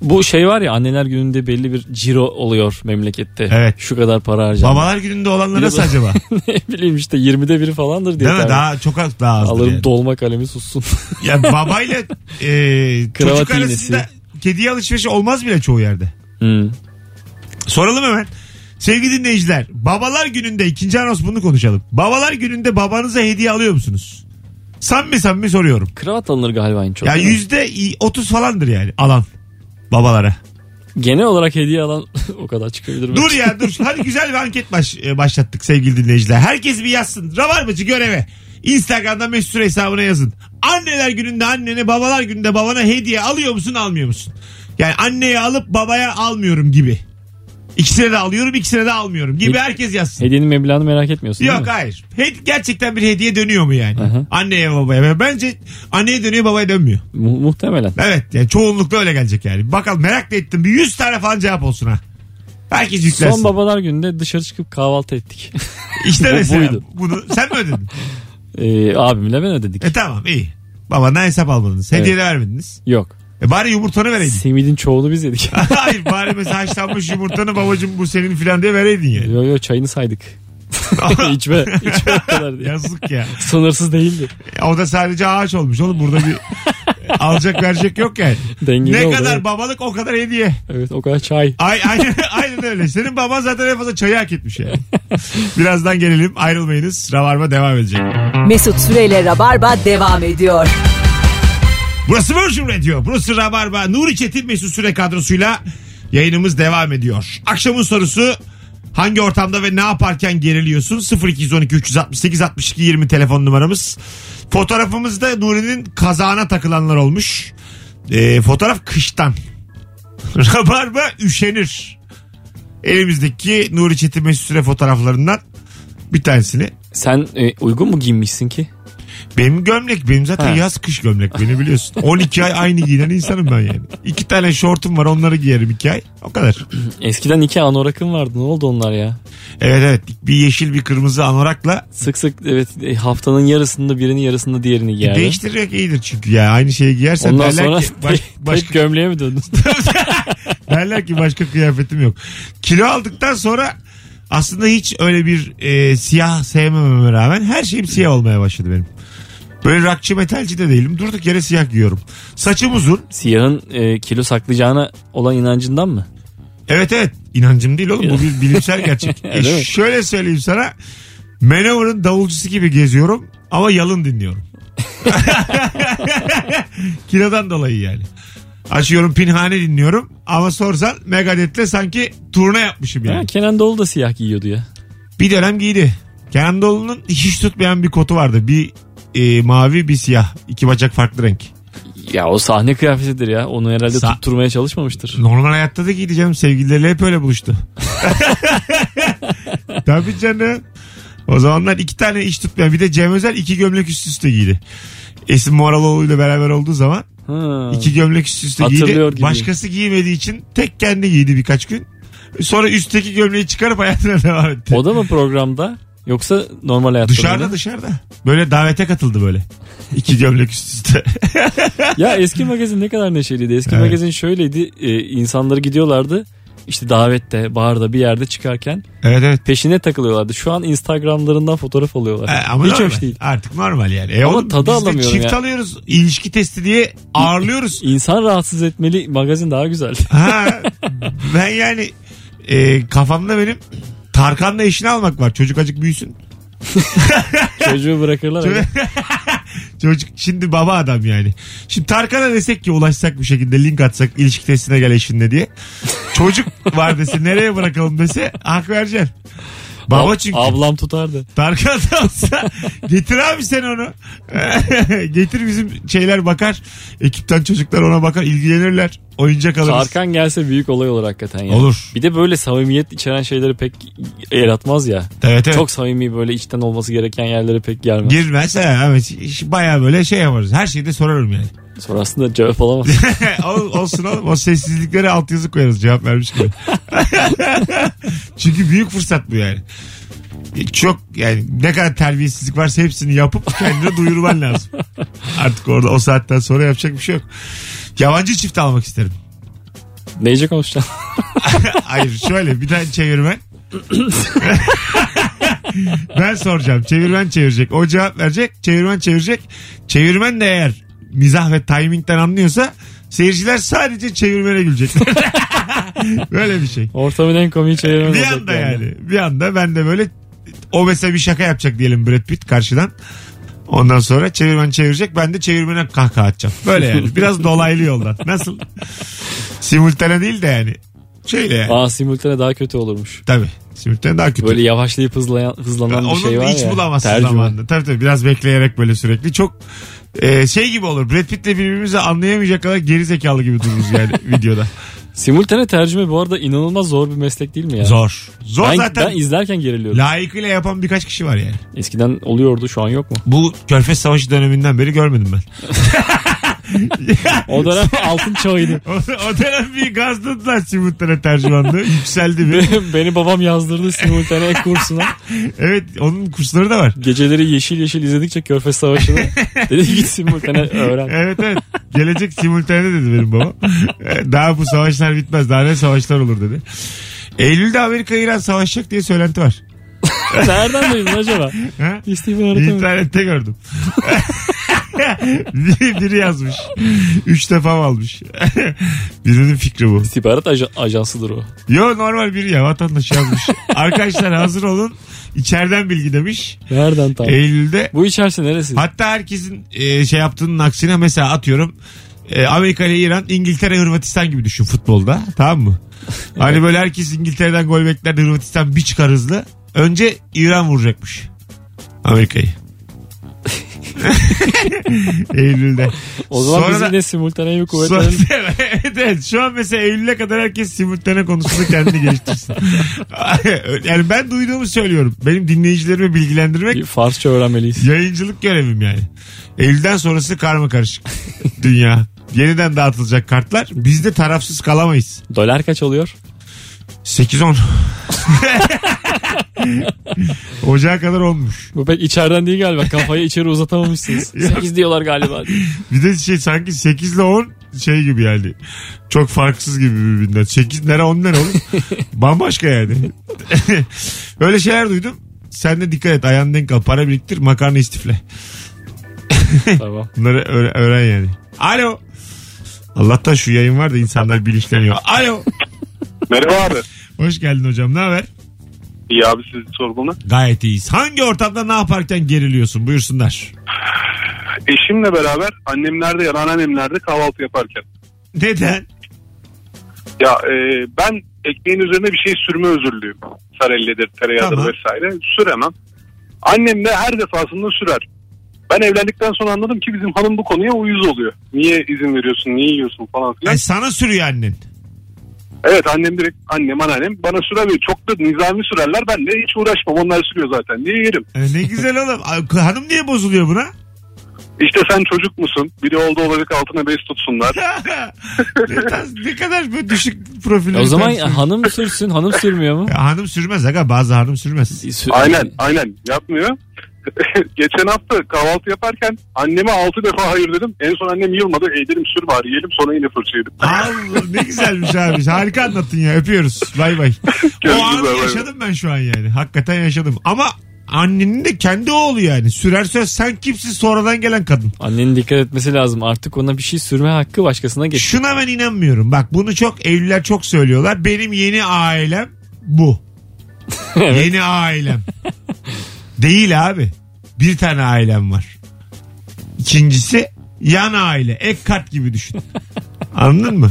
Bu şey var ya anneler gününde belli bir ciro oluyor memlekette. Evet. Şu kadar para harcandı. Babalar gününde olanlar Bir de nasıl bu- acaba? ne bileyim işte 20'de biri falandır diye. Değil mi? tahmin- Daha çok az daha azdır Alırım yani. dolma kalemi sussun. Ya babayla e, çocuk Kravat arasında iğnesi. kediye alışverişi olmaz bile çoğu yerde. Hmm. Soralım hemen. Sevgili dinleyiciler, babalar gününde ikinci anons bunu konuşalım. Babalar gününde babanıza hediye alıyor musunuz? Samimi samimi soruyorum. Kravat alınır galiba en çok. Ya değil mi? yüzde otuz falandır yani alan babalara. Genel olarak hediye alan o kadar çıkabilir mi? Dur ya dur. Hadi güzel bir anket baş, e, başlattık sevgili dinleyiciler. Herkes bir yazsın. Rabarbacı göreve. Instagram'da Mesut Süre hesabına yazın. Anneler gününde annene, babalar gününde babana hediye alıyor musun, almıyor musun? Yani anneye alıp babaya almıyorum gibi. İkisine de alıyorum, ikisine de almıyorum gibi He- herkes yazsın. Hediyenin meblağını merak etmiyorsun değil Yok mi? hayır. He- gerçekten bir hediye dönüyor mu yani? hı. Anneye babaya. Bence anneye dönüyor babaya dönmüyor. Mu- muhtemelen. Evet yani çoğunlukla öyle gelecek yani. Bakalım merak da ettim. Bir 100 tane falan cevap olsun ha. Herkes yüklensin. Son babalar gününde dışarı çıkıp kahvaltı ettik. İşte Bu- mesela buydu. bunu sen mi ödedin? Ee, abimle ben ödedik. E tamam iyi. Babandan hesap almadınız. Hediye de vermediniz. Yok. E bari yumurtanı vereydin. Simidin çoğunu biz yedik. Hayır bari mesela haşlanmış yumurtanı babacım bu senin filan diye vereydin yani. E, yo yo çayını saydık. içme. içme o kadar diye. Yazık ya. Sınırsız değildi. E, O da sadece ağaç olmuş oğlum. Burada bir alacak verecek yok yani. Dengeli ne oldu. kadar evet. babalık o kadar hediye. Evet o kadar çay. Ay, aynen, aynen öyle. Senin baban zaten en fazla çayı hak etmiş yani. Birazdan gelelim ayrılmayınız. Ravarma devam edecek. Mesut Süreyle Rabarba devam ediyor. Burası Virgin Radio. Burası Rabarba. Nuri Çetin Mesut Süre kadrosuyla yayınımız devam ediyor. Akşamın sorusu hangi ortamda ve ne yaparken geriliyorsun? 0212 368 62 20 telefon numaramız. Fotoğrafımızda Nuri'nin kazağına takılanlar olmuş. Ee, fotoğraf kıştan. Rabarba üşenir. Elimizdeki Nuri Çetin Mesut Süre fotoğraflarından bir tanesini. Sen e, uygun mu giyinmişsin ki? Benim gömlek benim zaten Ha. yaz kış gömlek beni biliyorsun. 12 ay aynı giyinen insanım ben yani. İki tane şortum var onları giyerim iki ay. O kadar. Eskiden iki anorakın vardı. Ne oldu onlar ya? Evet evet bir yeşil bir kırmızı anorakla Sık sık evet e, haftanın yarısında birini yarısında diğerini E, giyerdi. değiştirmek iyidir çünkü ya. Aynı şeyi giyersen Ondan derler, sonra ki, baş- tek- tek başka, gömleğe mi döndün? derler ki başka kıyafetim yok. Kilo aldıktan sonra aslında hiç öyle bir e, siyah sevmememe rağmen her şeyim siyah olmaya başladı benim. Böyle rakçı metalci de değilim. Durduk yere siyah giyiyorum. Saçım uzun. Siyahın e, kilo saklayacağına olan inancından mı? Evet evet inancım değil oğlum bu bir bilimsel gerçek. E, Değil mi? şöyle söyleyeyim sana Manover'ın davulcusu gibi geziyorum ama yalın dinliyorum. Kilodan dolayı yani. Açıyorum pinhane dinliyorum ama sorsan Megadeth'le sanki turne yapmışım Ha, yani. Kenan Doğulu da siyah giyiyordu ya. Bir dönem giydi. Kenan Doğulu'nun hiç tutmayan bir kotu vardı. Bir e, mavi bir siyah. iki bacak farklı renk. Ya o sahne kıyafetidir ya. Onu herhalde Sa- tutturmaya çalışmamıştır. Normal hayatta da giydi canım. Sevgilileriyle hep öyle buluştu. Tabii canım. O zamanlar iki tane iş tutmayan bir de Cem Özel iki gömlek üst üste giydi. Esin Moraloğlu ile beraber olduğu zaman Ha. iki gömlek üst üste Hatırlıyor giydi. gibiyim. Başkası giymediği için tek kendi giydi birkaç gün. Sonra üstteki gömleği çıkarıp hayatına devam etti. O da mı programda? Yoksa normal hayatta Dışarıda mıydı? dışarıda. Böyle davete katıldı böyle. İki gömlek üst üste. Ya eski magazin ne kadar neşeliydi. Eski Evet. magazin şöyleydi. E, insanları gidiyorlardı. İşte davette, barda bir yerde çıkarken evet evet. peşine takılıyorlardı. Şu an Instagram'larından fotoğraf alıyorlar. E, ama Hiç normal. hoş değil. Artık normal yani. E Ama oğlum, tadı biz de alamıyorum Çift ya. alıyoruz. ilişki testi diye ağırlıyoruz. İnsan rahatsız etmeli magazin daha güzel. ha, ben yani e, kafamda benim Tarkan'la eşini almak var. Çocuk acık büyüsün. Çocuğu bırakırlar. Çocuk- öyle. Çocuk şimdi baba adam yani. Şimdi Tarkan'a desek ki ulaşsak bir şekilde link atsak ilişki testine gel eşinle diye. Çocuk var dese nereye bırakalım dese hak vereceksin. Baba Ab- çünkü. Ablam tutardı. Tarkan da olsa getir abi sen onu. getir bizim şeyler bakar. Ekipten çocuklar ona bakar ilgilenirler. Oyuncak alırız. Tarkan gelse büyük olay olur hakikaten ya. Olur. Bir de böyle samimiyet içeren şeyleri pek yaratmaz ya. Evet, evet. Çok samimi böyle içten olması gereken yerlere pek gelmez. Girmez. Ha, evet. Baya böyle şey yaparız. Her şeyi de sorarım yani. Sonra aslında cevap alamaz. Ol- olsun oğlum. O sessizliklere altyazı koyarız cevap vermiş gibi. Çünkü büyük fırsat bu yani. E, Çok yani ne kadar terbiyesizlik varsa hepsini yapıp kendine duyurman lazım. Artık orada o saatten sonra yapacak bir şey yok. Yabancı çift almak isterim. Neyce konuşacaksın? Hayır şöyle bir tane çevirmen. ben soracağım. Çevirmen çevirecek. O cevap verecek. Çevirmen çevirecek. Çevirmen de eğer mizah ve timingden anlıyorsa seyirciler sadece çevirmene gülecekler. böyle bir şey. Ortamın en komiği çevirmen Bir olacak anda yani. Bir anda ben de böyle o mesela bir şaka yapacak diyelim Brad Pitt karşıdan. Ondan sonra çevirmen çevirecek. Ben de çevirmene kahkaha atacağım. Böyle yani. Biraz dolaylı yoldan. Nasıl? Simultane değil de yani. Şeyle yani. Aa simultane daha kötü olurmuş. Tabii. Simultane daha kötü. Böyle yavaşlayıp hızlayan, hızlanan Onun bir şey var hiç ya. bulamazsın tercüme. zamanında. Tabii tabii biraz bekleyerek böyle sürekli. Çok e, şey gibi olur. Brad Pitt'le birbirimizi anlayamayacak kadar geri zekalı gibi dururuz yani videoda. Simultane tercüme bu arada inanılmaz zor bir meslek değil mi ya? Zor. Zor Ben, zaten. ben izlerken geriliyorum. Layıkıyla yapan birkaç kişi var yani. Eskiden oluyordu şu an yok mu? Bu Körfez Savaşı döneminden beri görmedim ben. O dönem altın çağıydı. O, o dönem bir gazladılar simultane tercümanlığı. Yükseldi bir. Benim- Beni babam yazdırdı simultane ek kursuna. Evet onun kursları da var. Geceleri yeşil yeşil izledikçe Körfez Savaşı'nı dedi git simultane öğren. Evet evet. Gelecek simultane dedi benim babam. E, Daha bu savaşlar bitmez. Daha ne savaşlar olur dedi. Eylül'de Amerika İran savaşacak diye söylenti var. Nereden duydun acaba? Ha? İstihbaratı İnternette gördüm. biri, biri yazmış. Üç defa almış. Birinin fikri bu. İstihbarat aja- ajansıdır o. Yo normal biri ya vatandaş yazmış. Arkadaşlar hazır olun. İçeriden bilgi demiş. Nereden tam? E- Eylül'de Bu içerisi neresi? Hatta herkesin e, şey yaptığının aksine mesela atıyorum e, Amerika ile İran İngiltere Hırvatistan gibi düşün futbolda tamam mı? Hani böyle herkes İngiltere'den gol bekler de Hırvatistan bir çıkar hızlı. Önce İran vuracakmış Amerika'yı. Eylül'de. o zaman Sonra biz da- yine simultane bir Sonra- kuvvetlerin evet, evet. Şu an mesela Eylül'e kadar herkes simultane konusunda kendini geliştirsin. yani ben duyduğumu söylüyorum. Benim dinleyicilerimi bilgilendirmek bir Farsça öğrenmeliyiz. Yayıncılık görevim yani. Eylül'den sonrası karma karışık dünya. Yeniden dağıtılacak kartlar. Biz de tarafsız kalamayız. Dolar kaç oluyor? 8-10. Ocağa kadar olmuş. Bu pek içeriden değil galiba. Kafayı içeri uzatamamışsınız. Yok. 8 diyorlar galiba. Bir de şey sanki 8 ile 10 şey gibi yani. Çok farksız gibi birbirinden. 8 nere 10 nere oğlum. Bambaşka yani. Öyle şeyler duydum. Sen de dikkat et. Ayağını denk al. Para biriktir. Makarna istifle. tamam. Bunları öğre- öğren yani. Alo. Allah'tan şu yayın var da insanlar bilinçleniyor. Alo. Merhaba abi. Hoş geldin hocam. Ne haber? İyi abi sizi sorgunu. Gayet iyiyiz. Hangi ortamda ne yaparken geriliyorsun? Buyursunlar. Eşimle beraber annemlerde ya da anneannemlerde kahvaltı yaparken. Neden? Ya e, ben ekmeğin üzerine bir şey sürme özürlüyüm. Sarellidir, tereyağıdır Tamam. vesaire. Süremem. Annem de her defasında sürer. Ben evlendikten sonra anladım ki bizim hanım bu konuya uyuz oluyor. Niye izin veriyorsun, niye yiyorsun falan filan. Ay sana sürüyor annen. Evet annem direkt annem anneannem bana süremiyor. Çok da nizami sürerler ben de hiç uğraşmam onlar sürüyor zaten diye yerim. E, ne güzel oğlum. Ay, Hanım niye bozuluyor buna? İşte sen çocuk musun biri oldu olacak altına bez tutsunlar. ne, tarz- ne kadar böyle düşük profilli. E, o bir zaman tanesi. hanım sürsün. Hanım sürmüyor mu? Ya, hanım sürmez aga bazı hanım sürmez. Sür- Aynen aynen yapmıyor. Geçen hafta kahvaltı yaparken anneme 6 defa hayır dedim. En son annem yılmadı. Ey dedim sür bari yiyelim sonra yine fırça yedim. Allah ne güzelmiş abi. Harika anlattın ya. Öpüyoruz. Bay bay. o Görüşürüz, bay anı bay. yaşadım ben şu an yani. Hakikaten yaşadım. Ama annenin de kendi oğlu yani. Sürer söz sen kimsin sonradan gelen kadın. Annenin dikkat etmesi lazım. Artık ona bir şey sürme hakkı başkasına geç. Şuna ben inanmıyorum. Bak bunu çok evliler çok söylüyorlar. Benim yeni ailem bu. Yeni ailem. Değil abi. Bir tane ailem var. İkincisi yan aile. Ek kat gibi düşün. Anladın mı?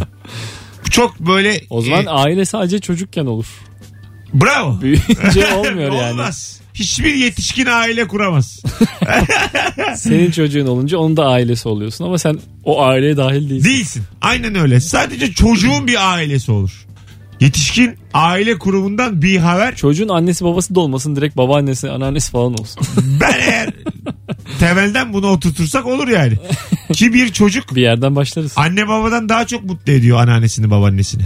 Bu Çok böyle O zaman e, aile sadece çocukken olur. bravo. Büyüyünce şey olmuyor yani. Olmaz. Hiçbir yetişkin aile kuramaz. Senin çocuğun olunca onun da ailesi oluyorsun ama sen o aileye dahil değilsin. Değilsin. Aynen öyle. Sadece çocuğun bir ailesi olur. Yetişkin aile kurumundan bir haber Çocuğun annesi babası da olmasın direkt babaannesi anneannesi falan olsun. Ben eğer temelden bunu oturtursak olur yani. Ki bir çocuk Bir yerden başlarız. anne babadan daha çok mutlu ediyor anneannesini babaannesini.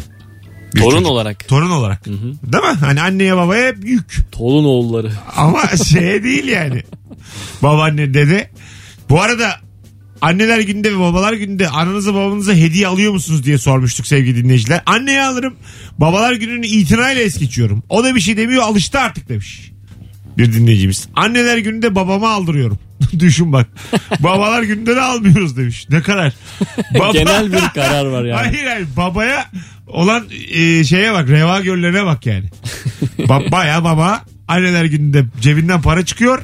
Bir Torun çocuk. olarak. Torun olarak. Değil mi? Hani anneye babaya hep yük. Tolun oğulları. Ama şey değil yani. Babaanne dede. Bu arada anneler günde ve babalar günde ananıza babanıza hediye alıyor musunuz diye sormuştuk sevgili dinleyiciler. Anneye alırım. Babalar gününü itinayla es geçiyorum. O da bir şey demiyor alıştı artık demiş. Bir dinleyicimiz. Anneler gününde babama aldırıyorum. Düşün bak. Babalar gününde de almıyoruz demiş. Ne kadar. Baba- Genel bir karar var yani. Hayır hayır babaya olan e, şeye bak reva göllerine bak yani. ba- baya baba anneler gününde cebinden para çıkıyor.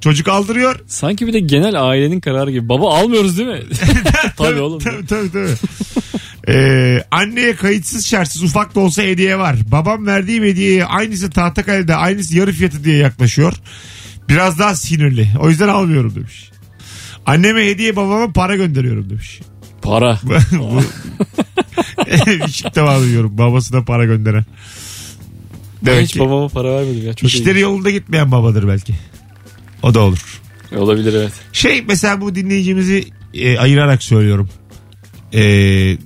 Çocuk aldırıyor. Sanki bir de genel ailenin kararı gibi. Baba almıyoruz değil mi? Tabii oğlum. Tabii tabii tabii. Ee, anneye kayıtsız şartsız ufak da olsa hediye var. Babam verdiğim hediyeye aynısı Tahtakale'de aynısı yarı fiyatı diye yaklaşıyor. Biraz daha sinirli. O yüzden almıyorum demiş. Anneme hediye babama para gönderiyorum demiş. Para. Bu... Hiç ilk defa duyuyorum. Babasına para gönderen. Ben Demek hiç ki babama para vermedim ya. Çok işleri yolunda gitmeyen babadır belki. O da olur. iyi. Olabilir evet. Şey mesela bu dinleyicimizi e, ayırarak söylüyorum. E,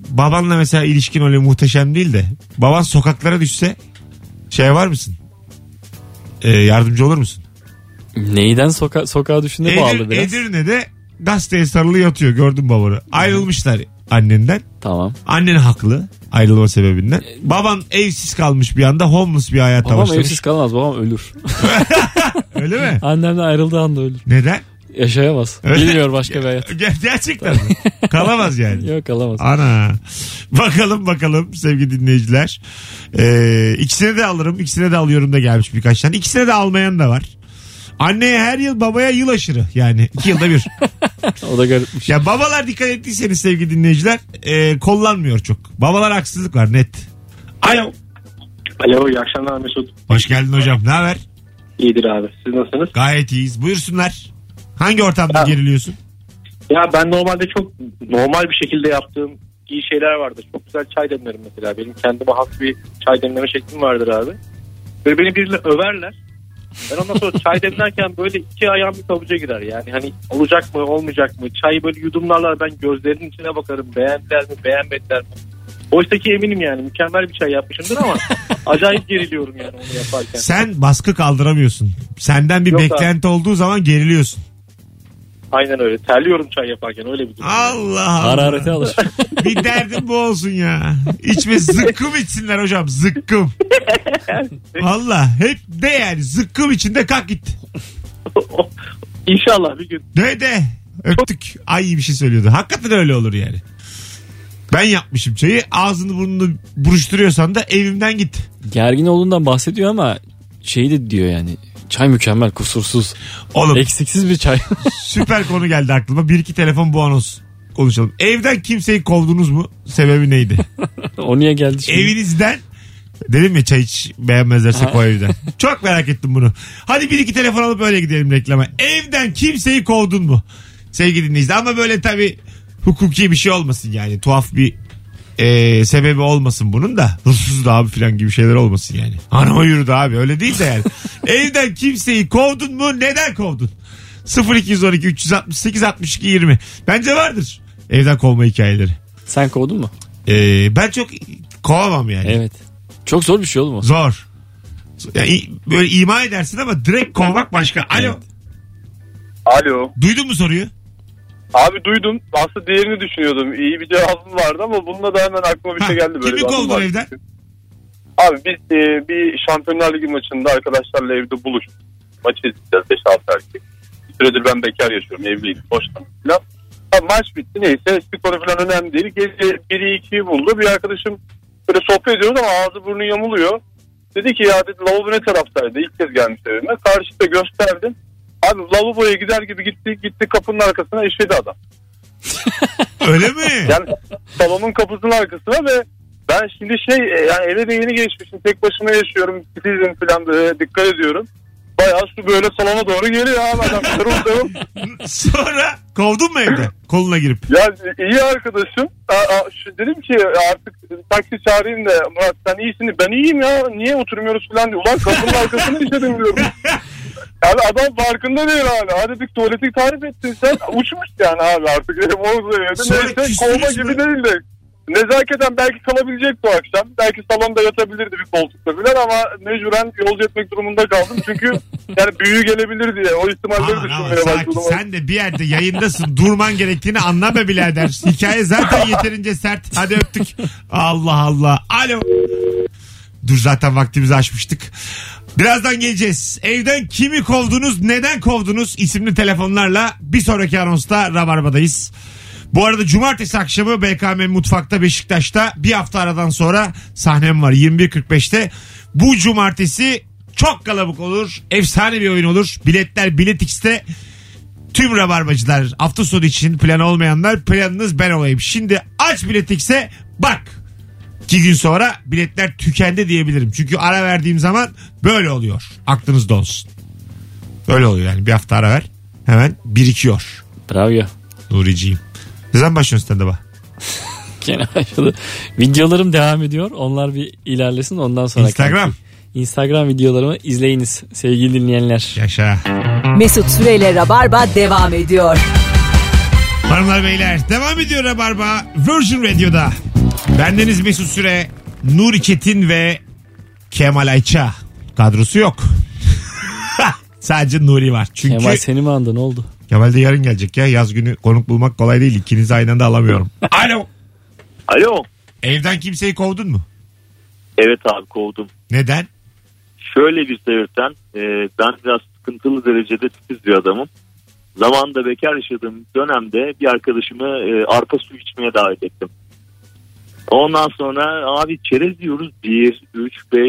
babanla mesela ilişkin öyle muhteşem değil de baban sokaklara düşse şey var mısın? E, yardımcı olur musun? Neyden soka sokağa düşünde bağlı Edir, biraz. Edirne'de gazeteye sarılı yatıyor gördüm babanı. Ayrılmışlar annenden. Tamam. Annen haklı ayrılma sebebinden. Baban evsiz kalmış bir anda homeless bir hayata Ee, Babam başlamış. evsiz kalamaz. Babam ölür. Öyle mi? Annemden ayrıldığı anda ölür. Neden? Yaşayamaz. Öyle. Bilmiyor başka bir hayat. Ger- gerçekten mi? Kalamaz yani. Yok alamaz. Ana. Bakalım bakalım sevgili dinleyiciler. Ee, ikisine de alırım. ikisine de alıyorum da gelmiş birkaç tane. İkisine de almayan da var. Anneye her yıl babaya yıl aşırı. Yani iki yılda bir. O da garipmiş. ya babalar dikkat ettiyseniz sevgili dinleyiciler e, kollanmıyor çok. Babalar haksızlık var net. Alo. Alo iyi akşamlar Mesut. Hoş geldin hocam. Ne haber? İyidir abi. Siz nasılsınız? Gayet iyiyiz. Buyursunlar. Hangi ortamda Ha. geriliyorsun? Ya ben normalde çok normal bir şekilde yaptığım iyi şeyler vardır. Çok güzel çay demlerim mesela. Benim kendime has bir çay demleme şeklim vardır abi. Böyle beni biriyle överler. Ben ondan sonra çay demlerken böyle iki ayağım bir kavuca girer. Yani hani olacak mı olmayacak mı? Çayı böyle yudumlarlar ben gözlerinin içine bakarım. Beğendiler mi beğenmediler mi? Oysa ki eminim yani mükemmel şey bir çay yapmışımdır ama acayip geriliyorum yani onu yaparken. Sen baskı kaldıramıyorsun. Senden bir Yok abi. beklenti olduğu zaman geriliyorsun. Aynen öyle. Terliyorum çay yaparken öyle bir durum. Allah Allah. Hararete alır. Bir derdim bu olsun ya. İçme zıkkım içsinler hocam zıkkım. Valla hep de yani zıkkım içinde kalk git. İnşallah bir gün. De de öptük. Ay iyi bir şey söylüyordu. Hakikaten öyle olur yani. Ben yapmışım çayı. Ağzını burnunu buruşturuyorsan da evimden git. Gergin olduğundan bahsediyor ama şey de diyor yani. Çay mükemmel, kusursuz, Oğlum eksiksiz bir çay. Süper konu geldi aklıma. Bir iki telefon bu anons konuşalım. Evden kimseyi kovdunuz mu? Sebebi neydi? o niye geldi şimdi? Evinizden Dedim ya çay hiç beğenmezlerse o evden. Çok merak ettim bunu. Hadi bir iki telefon alıp öyle gidelim reklama. Evden kimseyi kovdun mu? Sevgili dinleyiciler ama böyle tabii hukuki bir şey olmasın yani. Tuhaf bir e, sebebi olmasın bunun da. Ruhsuz da abi falan gibi şeyler olmasın yani. Anama yürüdü abi öyle değil de yani. Evden kimseyi kovdun mu? Neden kovdun? 0212 368 62 20. Bence vardır evden kovma hikayeleri. Sen kovdun mu? Ee, ben çok kovamam yani. Evet. Çok zor bir şey oğlum o. Zor. Yani i- böyle ima edersin ama direkt kovmak başka. Alo. Alo. Duydun mu soruyu? Abi duydum. Aslında diğerini düşünüyordum. İyi bir cevabım vardı ama bununla da hemen aklıma bir şey Ha, geldi. Böyle kimi bir anım kovdun var. evden? Abi biz e, bir Şampiyonlar Ligi maçında arkadaşlarla evde buluştuk. Maçı izleyeceğiz 5-6 erkek. Bir süredir ben bekar yaşıyorum. Evliyim. Boştan falan. Ha, maç bitti neyse. Skoru falan önemli değil. Gece 1'i 2'yi buldu. Bir arkadaşım böyle sohbet ediyoruz ama ağzı burnu yamuluyor. Dedi ki ya dedi lavabo ne taraftaydı? İlk kez gelmiş evime. Karşıda gösterdim. Abi lavaboya gider gibi gitti gitti kapının arkasına işledi adam. Öyle mi? Yani salonun kapısının arkasına ve ben şimdi şey e, yani eve de yeni geçmişim. Tek başıma yaşıyorum. Titizim falan böyle dikkat ediyorum. Bayağı su böyle salona doğru geliyor abi adam. Kırıl kırıl. Sonra kovdun mu evden? Koluna girip. Ya iyi arkadaşım. Aa, aa, şu- dedim ki artık taksi çağırayım da Murat sen iyisin. Ben iyiyim ya. Niye oturmuyoruz falan diyor. Ulan kapının arkasını işledim diyorum. Yani adam farkında değil hala. Hadi bir tuvaleti tarif ettin sen. Uçmuş yani abi artık. Oğuz Sonra Neyse küstünüz kovma mü? gibi değil de. Nezaketen belki kalabilecekti o akşam. Belki salonda yatabilirdi bir koltukta falan ama mecburen yolcu etmek durumunda kaldım. Çünkü yani büyüğü gelebilir diye o ihtimalleri Aman aman düşünmeye sakin. başladım. Sen de bir yerde yayındasın. Durman gerektiğini anlama birader. Hikaye zaten yeterince sert. Hadi öptük. Allah Allah. Alo. Dur zaten vaktimizi aşmıştık. Birazdan geleceğiz. Evden kimi kovdunuz, neden kovdunuz isimli telefonlarla bir sonraki anonsta Rabarba'dayız. Bu arada cumartesi akşamı BKM Mutfak'ta Beşiktaş'ta bir hafta aradan sonra sahnem var 21.45'te. Bu cumartesi çok kalabalık olur. Efsane bir oyun olur. Biletler Bilet X'te. Tüm rabarbacılar hafta sonu için plan olmayanlar planınız ben olayım. Şimdi aç Bilet X'e bak. İki gün sonra biletler tükendi diyebilirim. Çünkü ara verdiğim zaman böyle oluyor. Aklınızda olsun. Böyle oluyor yani bir hafta ara ver. Hemen birikiyor. Bravo. Nuriciğim. Ne zaman başlıyorsun stand-up'a? Gene başladı. Videolarım devam ediyor. Onlar bir ilerlesin ondan sonra. Instagram. Instagram videolarımı izleyiniz sevgili dinleyenler. Yaşa. Mesut Süreyle Rabarba devam ediyor. Hanımlar beyler devam ediyor Rabarba Virgin Radio'da. Bendeniz Mesut Süre, Nuri Çetin ve Kemal Ayça. Kadrosu yok. Sadece Nuri var. Çünkü Kemal seni mi andı ne oldu? Kemal de yarın gelecek ya. Yaz günü konuk bulmak kolay değil. İkinizi aynı anda alamıyorum. Alo. Alo. Evden kimseyi kovdun mu? Evet abi kovdum. Neden? Şöyle bir sebepten e, ben biraz sıkıntılı derecede titiz bir adamım. Zamanında bekar yaşadığım dönemde bir arkadaşımı e, arpa suyu içmeye davet ettim. Ondan sonra abi çerez diyoruz 1, 3, 5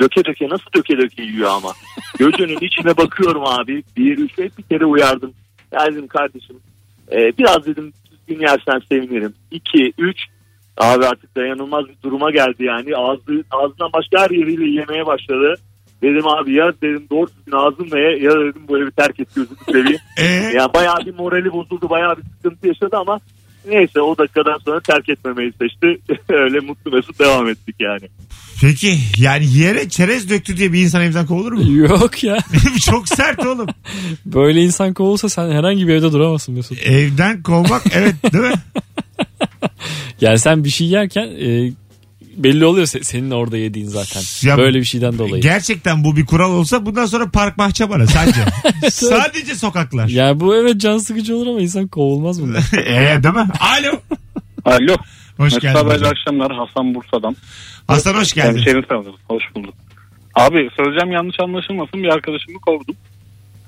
döke döke nasıl döke döke yiyor ama. Gözünün içine bakıyorum abi 1, 3, hep bir kere uyardım. Ya dedim kardeşim e, biraz dedim düzgün yersen sevinirim. 2, 3 Abi artık dayanılmaz bir duruma geldi yani. Ağzı, ağzından başka her yeriyle yemeye başladı. Dedim abi ya dedim doğru düzgün ağzımla ye ya dedim bu evi terk et gözünü seveyim. Ee, ya bayağı bir morali bozuldu bayağı bir sıkıntı yaşadı ama neyse o dakikadan sonra terk etmemeyi seçti. Öyle mutlu mesut devam ettik yani. peki yani yere çerez döktü diye bir insan evden kovulur mu? Yok ya. Çok sert oğlum. Böyle insan kovulsa sen herhangi bir evde duramazsın Mesut. Evden kovmak evet değil mi? Yani sen bir şey yerken e, belli oluyor se- senin orada yediğin zaten. Ya- Böyle bir şeyden dolayı. Gerçekten bu bir kural olsa bundan sonra park bahçe bana sadece. sadece sokaklar. yani bu evet can sıkıcı olur ama insan kovulmaz bundan. Ee, değil mi? Alo. Alo. Hoş Mesut geldin. abi, hocam. akşamlar Hasan Bursa'dan. Hasan hoş geldin. Hemşerim sanırım. Hoş bulduk. Abi söyleyeceğim yanlış anlaşılmasın bir arkadaşımı kovdum.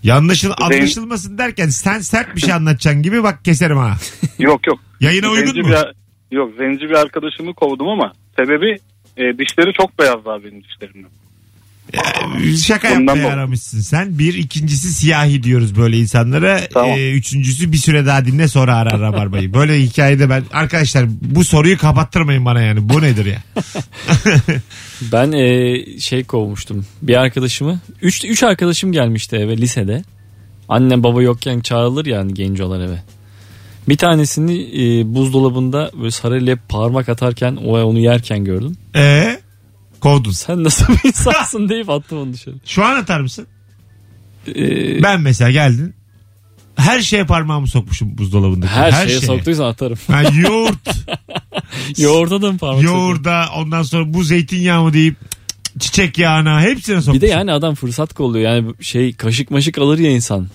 Yanlışıl anlaşılmasın derken sen sert bir şey anlatacaksın gibi bak keserim ha. Yok yok. Yayına Zenci uygun mu? bir- yok zenci bir arkadaşımı kovdum ama sebebi e, dişleri çok beyaz daha benim dişlerimden. Şaka Bundan yapmaya bu. aramışsın sen. Bir ikincisi siyahi diyoruz böyle insanlara. Tamam. Ee, üçüncüsü bir süre daha dinle sonra arar rabarbayı. Böyle hikayede ben arkadaşlar bu soruyu kapattırmayın bana yani. Bu nedir ya? Ben e, şey kovmuştum bir arkadaşımı. Üç, üç arkadaşım gelmişti eve lisede. Anne baba yokken çağrılır yani gencolar eve. Bir tanesini e, buzdolabında böyle sarıyla parmak atarken o onu yerken gördüm. Ee, kovdun. Sen nasıl bir insansın deyip attım onu dışarı. Şu an atar mısın? E, Ben mesela geldin. Her şeye parmağımı sokmuşum buzdolabındaki. her, şeye, soktuysan atarım. Ha, yoğurt, Yoğurda da mı parmak sokayım? yoğurda ondan sonra bu zeytinyağı mı deyip çiçek yağına hepsine sokmuşum. Bir de yani adam fırsat kolluyor. Yani şey kaşık maşık alır ya insan.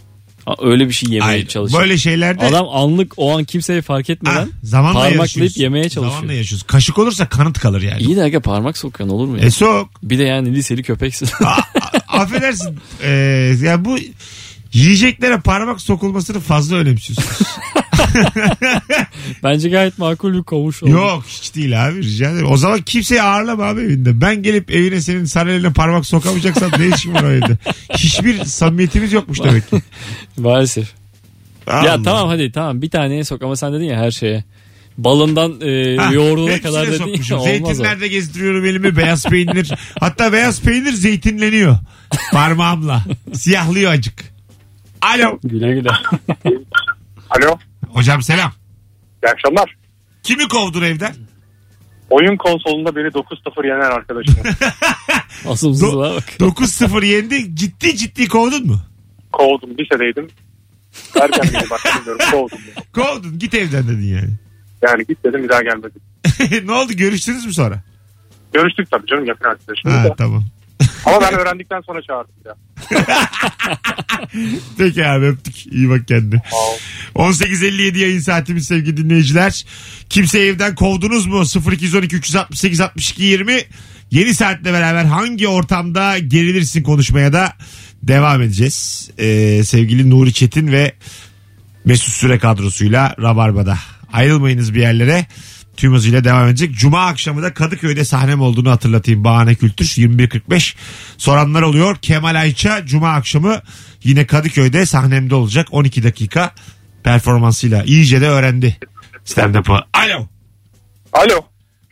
Ha, Öyle bir şey yemeye Aynen. çalışır. Böyle şeylerde Adam anlık o an kimseyi fark etmeden Ah, zamanla parmaklayıp yaşıyoruz. yemeye çalışıyor. Zamanla yaşıyoruz. Kaşık olursa kanıt kalır yani. İyi de aga parmak sokuyorsun olur mu ya? E sok. Bir de yani liseli köpeksin. A- a- affedersin. Ee, ya bu yiyeceklere parmak sokulmasını fazla önemsiyorsunuz. Bence gayet makul bir kovuş oldu. Yok hiç değil abi rica ederim. O zaman kimseyi ağırlama abi evinde. Ben gelip evine senin sarılarına parmak sokamayacaksam ne işim var o evde? Hiçbir samimiyetimiz yokmuş demek ki. Maalesef. Allah. Ya tamam hadi tamam bir taneye sok ama sen dedin ya her şeye. Balından e, Ha, yoğurduna Ah, hepsine kadar dedin ya sokmuşum. olmaz o. Zeytinlerde gezdiriyorum elimi beyaz peynir. Hatta beyaz peynir zeytinleniyor parmağımla. Siyahlıyor acık. Alo. Güle güle. Alo. Hocam selam. İyi akşamlar. Kimi kovdun evden? Oyun konsolunda beni 9-0 yener arkadaşım. Asımsızlığa bak. 9-0 yendi. Ciddi ciddi kovdun mu? Kovdum lisedeydim. Erken bir bak bilmiyorum kovdum. Yani. Kovdun git evden dedin yani. yani git dedim bir daha gelmedi. ne oldu görüştünüz mü sonra? Görüştük tabii canım yakın arkadaşım. Ha tamam. Ama ben öğrendikten sonra çağırdım ya. Peki abi öptük. İyi bak kendine. 18.57 yayın saatimiz sevgili dinleyiciler. Kimseyi evden kovdunuz mu? 0212 368 62 20 Yeni saatle beraber hangi ortamda gerilirsin konuşmaya da devam edeceğiz. Ee, sevgili Nuri Çetin ve Mesut Süre kadrosuyla Rabarba'da. Ayrılmayınız bir yerlere. Tüm hızıyla devam edecek. Cuma akşamı da Kadıköy'de sahnem olduğunu hatırlatayım. Bahane Kültür 21.45. Soranlar oluyor. Kemal Ayça Cuma akşamı yine Kadıköy'de sahnemde olacak. 12 dakika performansıyla. İyice de öğrendi. Stand up'ı. Alo. Alo.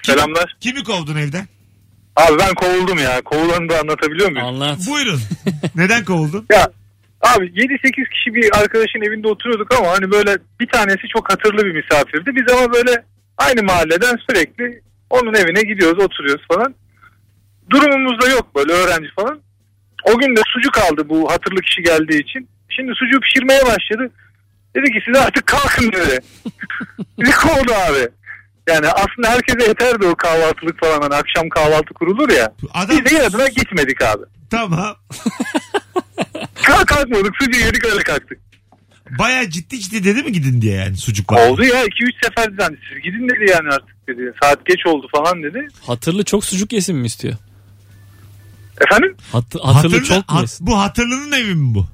Selamlar. Kimi kovdun evden? Abi ben kovuldum ya. Kovulanı da anlatabiliyor muyum? Anlat. Buyurun. Neden kovuldun? Ya abi 7-8 kişi bir arkadaşın evinde oturuyorduk ama hani böyle bir tanesi çok hatırlı bir misafirdi. Biz ama böyle aynı mahalleden sürekli onun evine gidiyoruz oturuyoruz falan. Durumumuz da yok böyle öğrenci falan. O gün de sucuk aldı bu hatırlı kişi geldiği için. Şimdi sucuğu pişirmeye başladı. Dedi ki siz artık kalkın dedi. Bizi kovdu abi. Yani aslında herkese yeterdi o kahvaltılık falan. Hani akşam kahvaltı kurulur ya. Adam Biz de yanına gitmedik abi. tamam. Kalk kalkmadık sucuğu yedik öyle kalktık. Baya ciddi ciddi dedi mi gidin diye yani sucuklar. Oldu ya 2-3 sefer dedi hani siz gidin dedi yani artık dedi. Saat geç oldu falan dedi. Hatırlı çok sucuk yesin mi istiyor? Efendim? Hat- hatırlı, çok mu hat- yesin? bu hatırlının evi mi bu?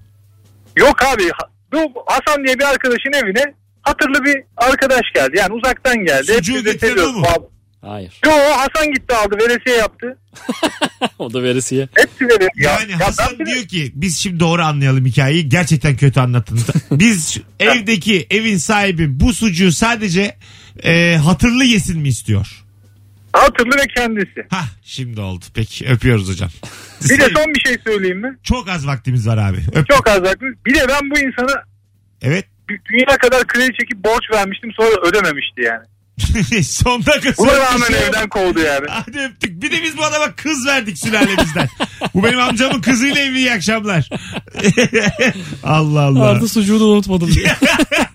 Yok abi ha- bu Hasan diye bir arkadaşın evine hatırlı bir arkadaş geldi. Yani uzaktan geldi. Sucuğu Hepimiz de getirdi seviyoruz mi? muhabbet. Hayır. Yo Hasan gitti aldı veresiye yaptı. O da veresiye. Hepsi veresiye. Ya, yani ya Hasan ben bile- diyor ki biz şimdi doğru anlayalım hikayeyi. Gerçekten kötü anlattın. biz evdeki evin sahibi bu sucuğu sadece e, hatırlı yesin mi istiyor? Hatırlı ve kendisi. Hah şimdi oldu. Peki öpüyoruz hocam. Bir de son bir şey söyleyeyim mi? Çok az vaktimiz var abi. Öp. Çok az haklısın. Bir de ben bu insana Evet. dünya kadar kredi çekip borç vermiştim sonra ödememişti yani. Son dakika Buna sonra bir rağmen şey- evden kovdu yani. Hadi öptük. Bir de biz bu adama kız verdik sülalemizden. bu benim amcamın kızıyla evli iyi akşamlar. Allah Allah. Arda sucuğu da unutmadım diye.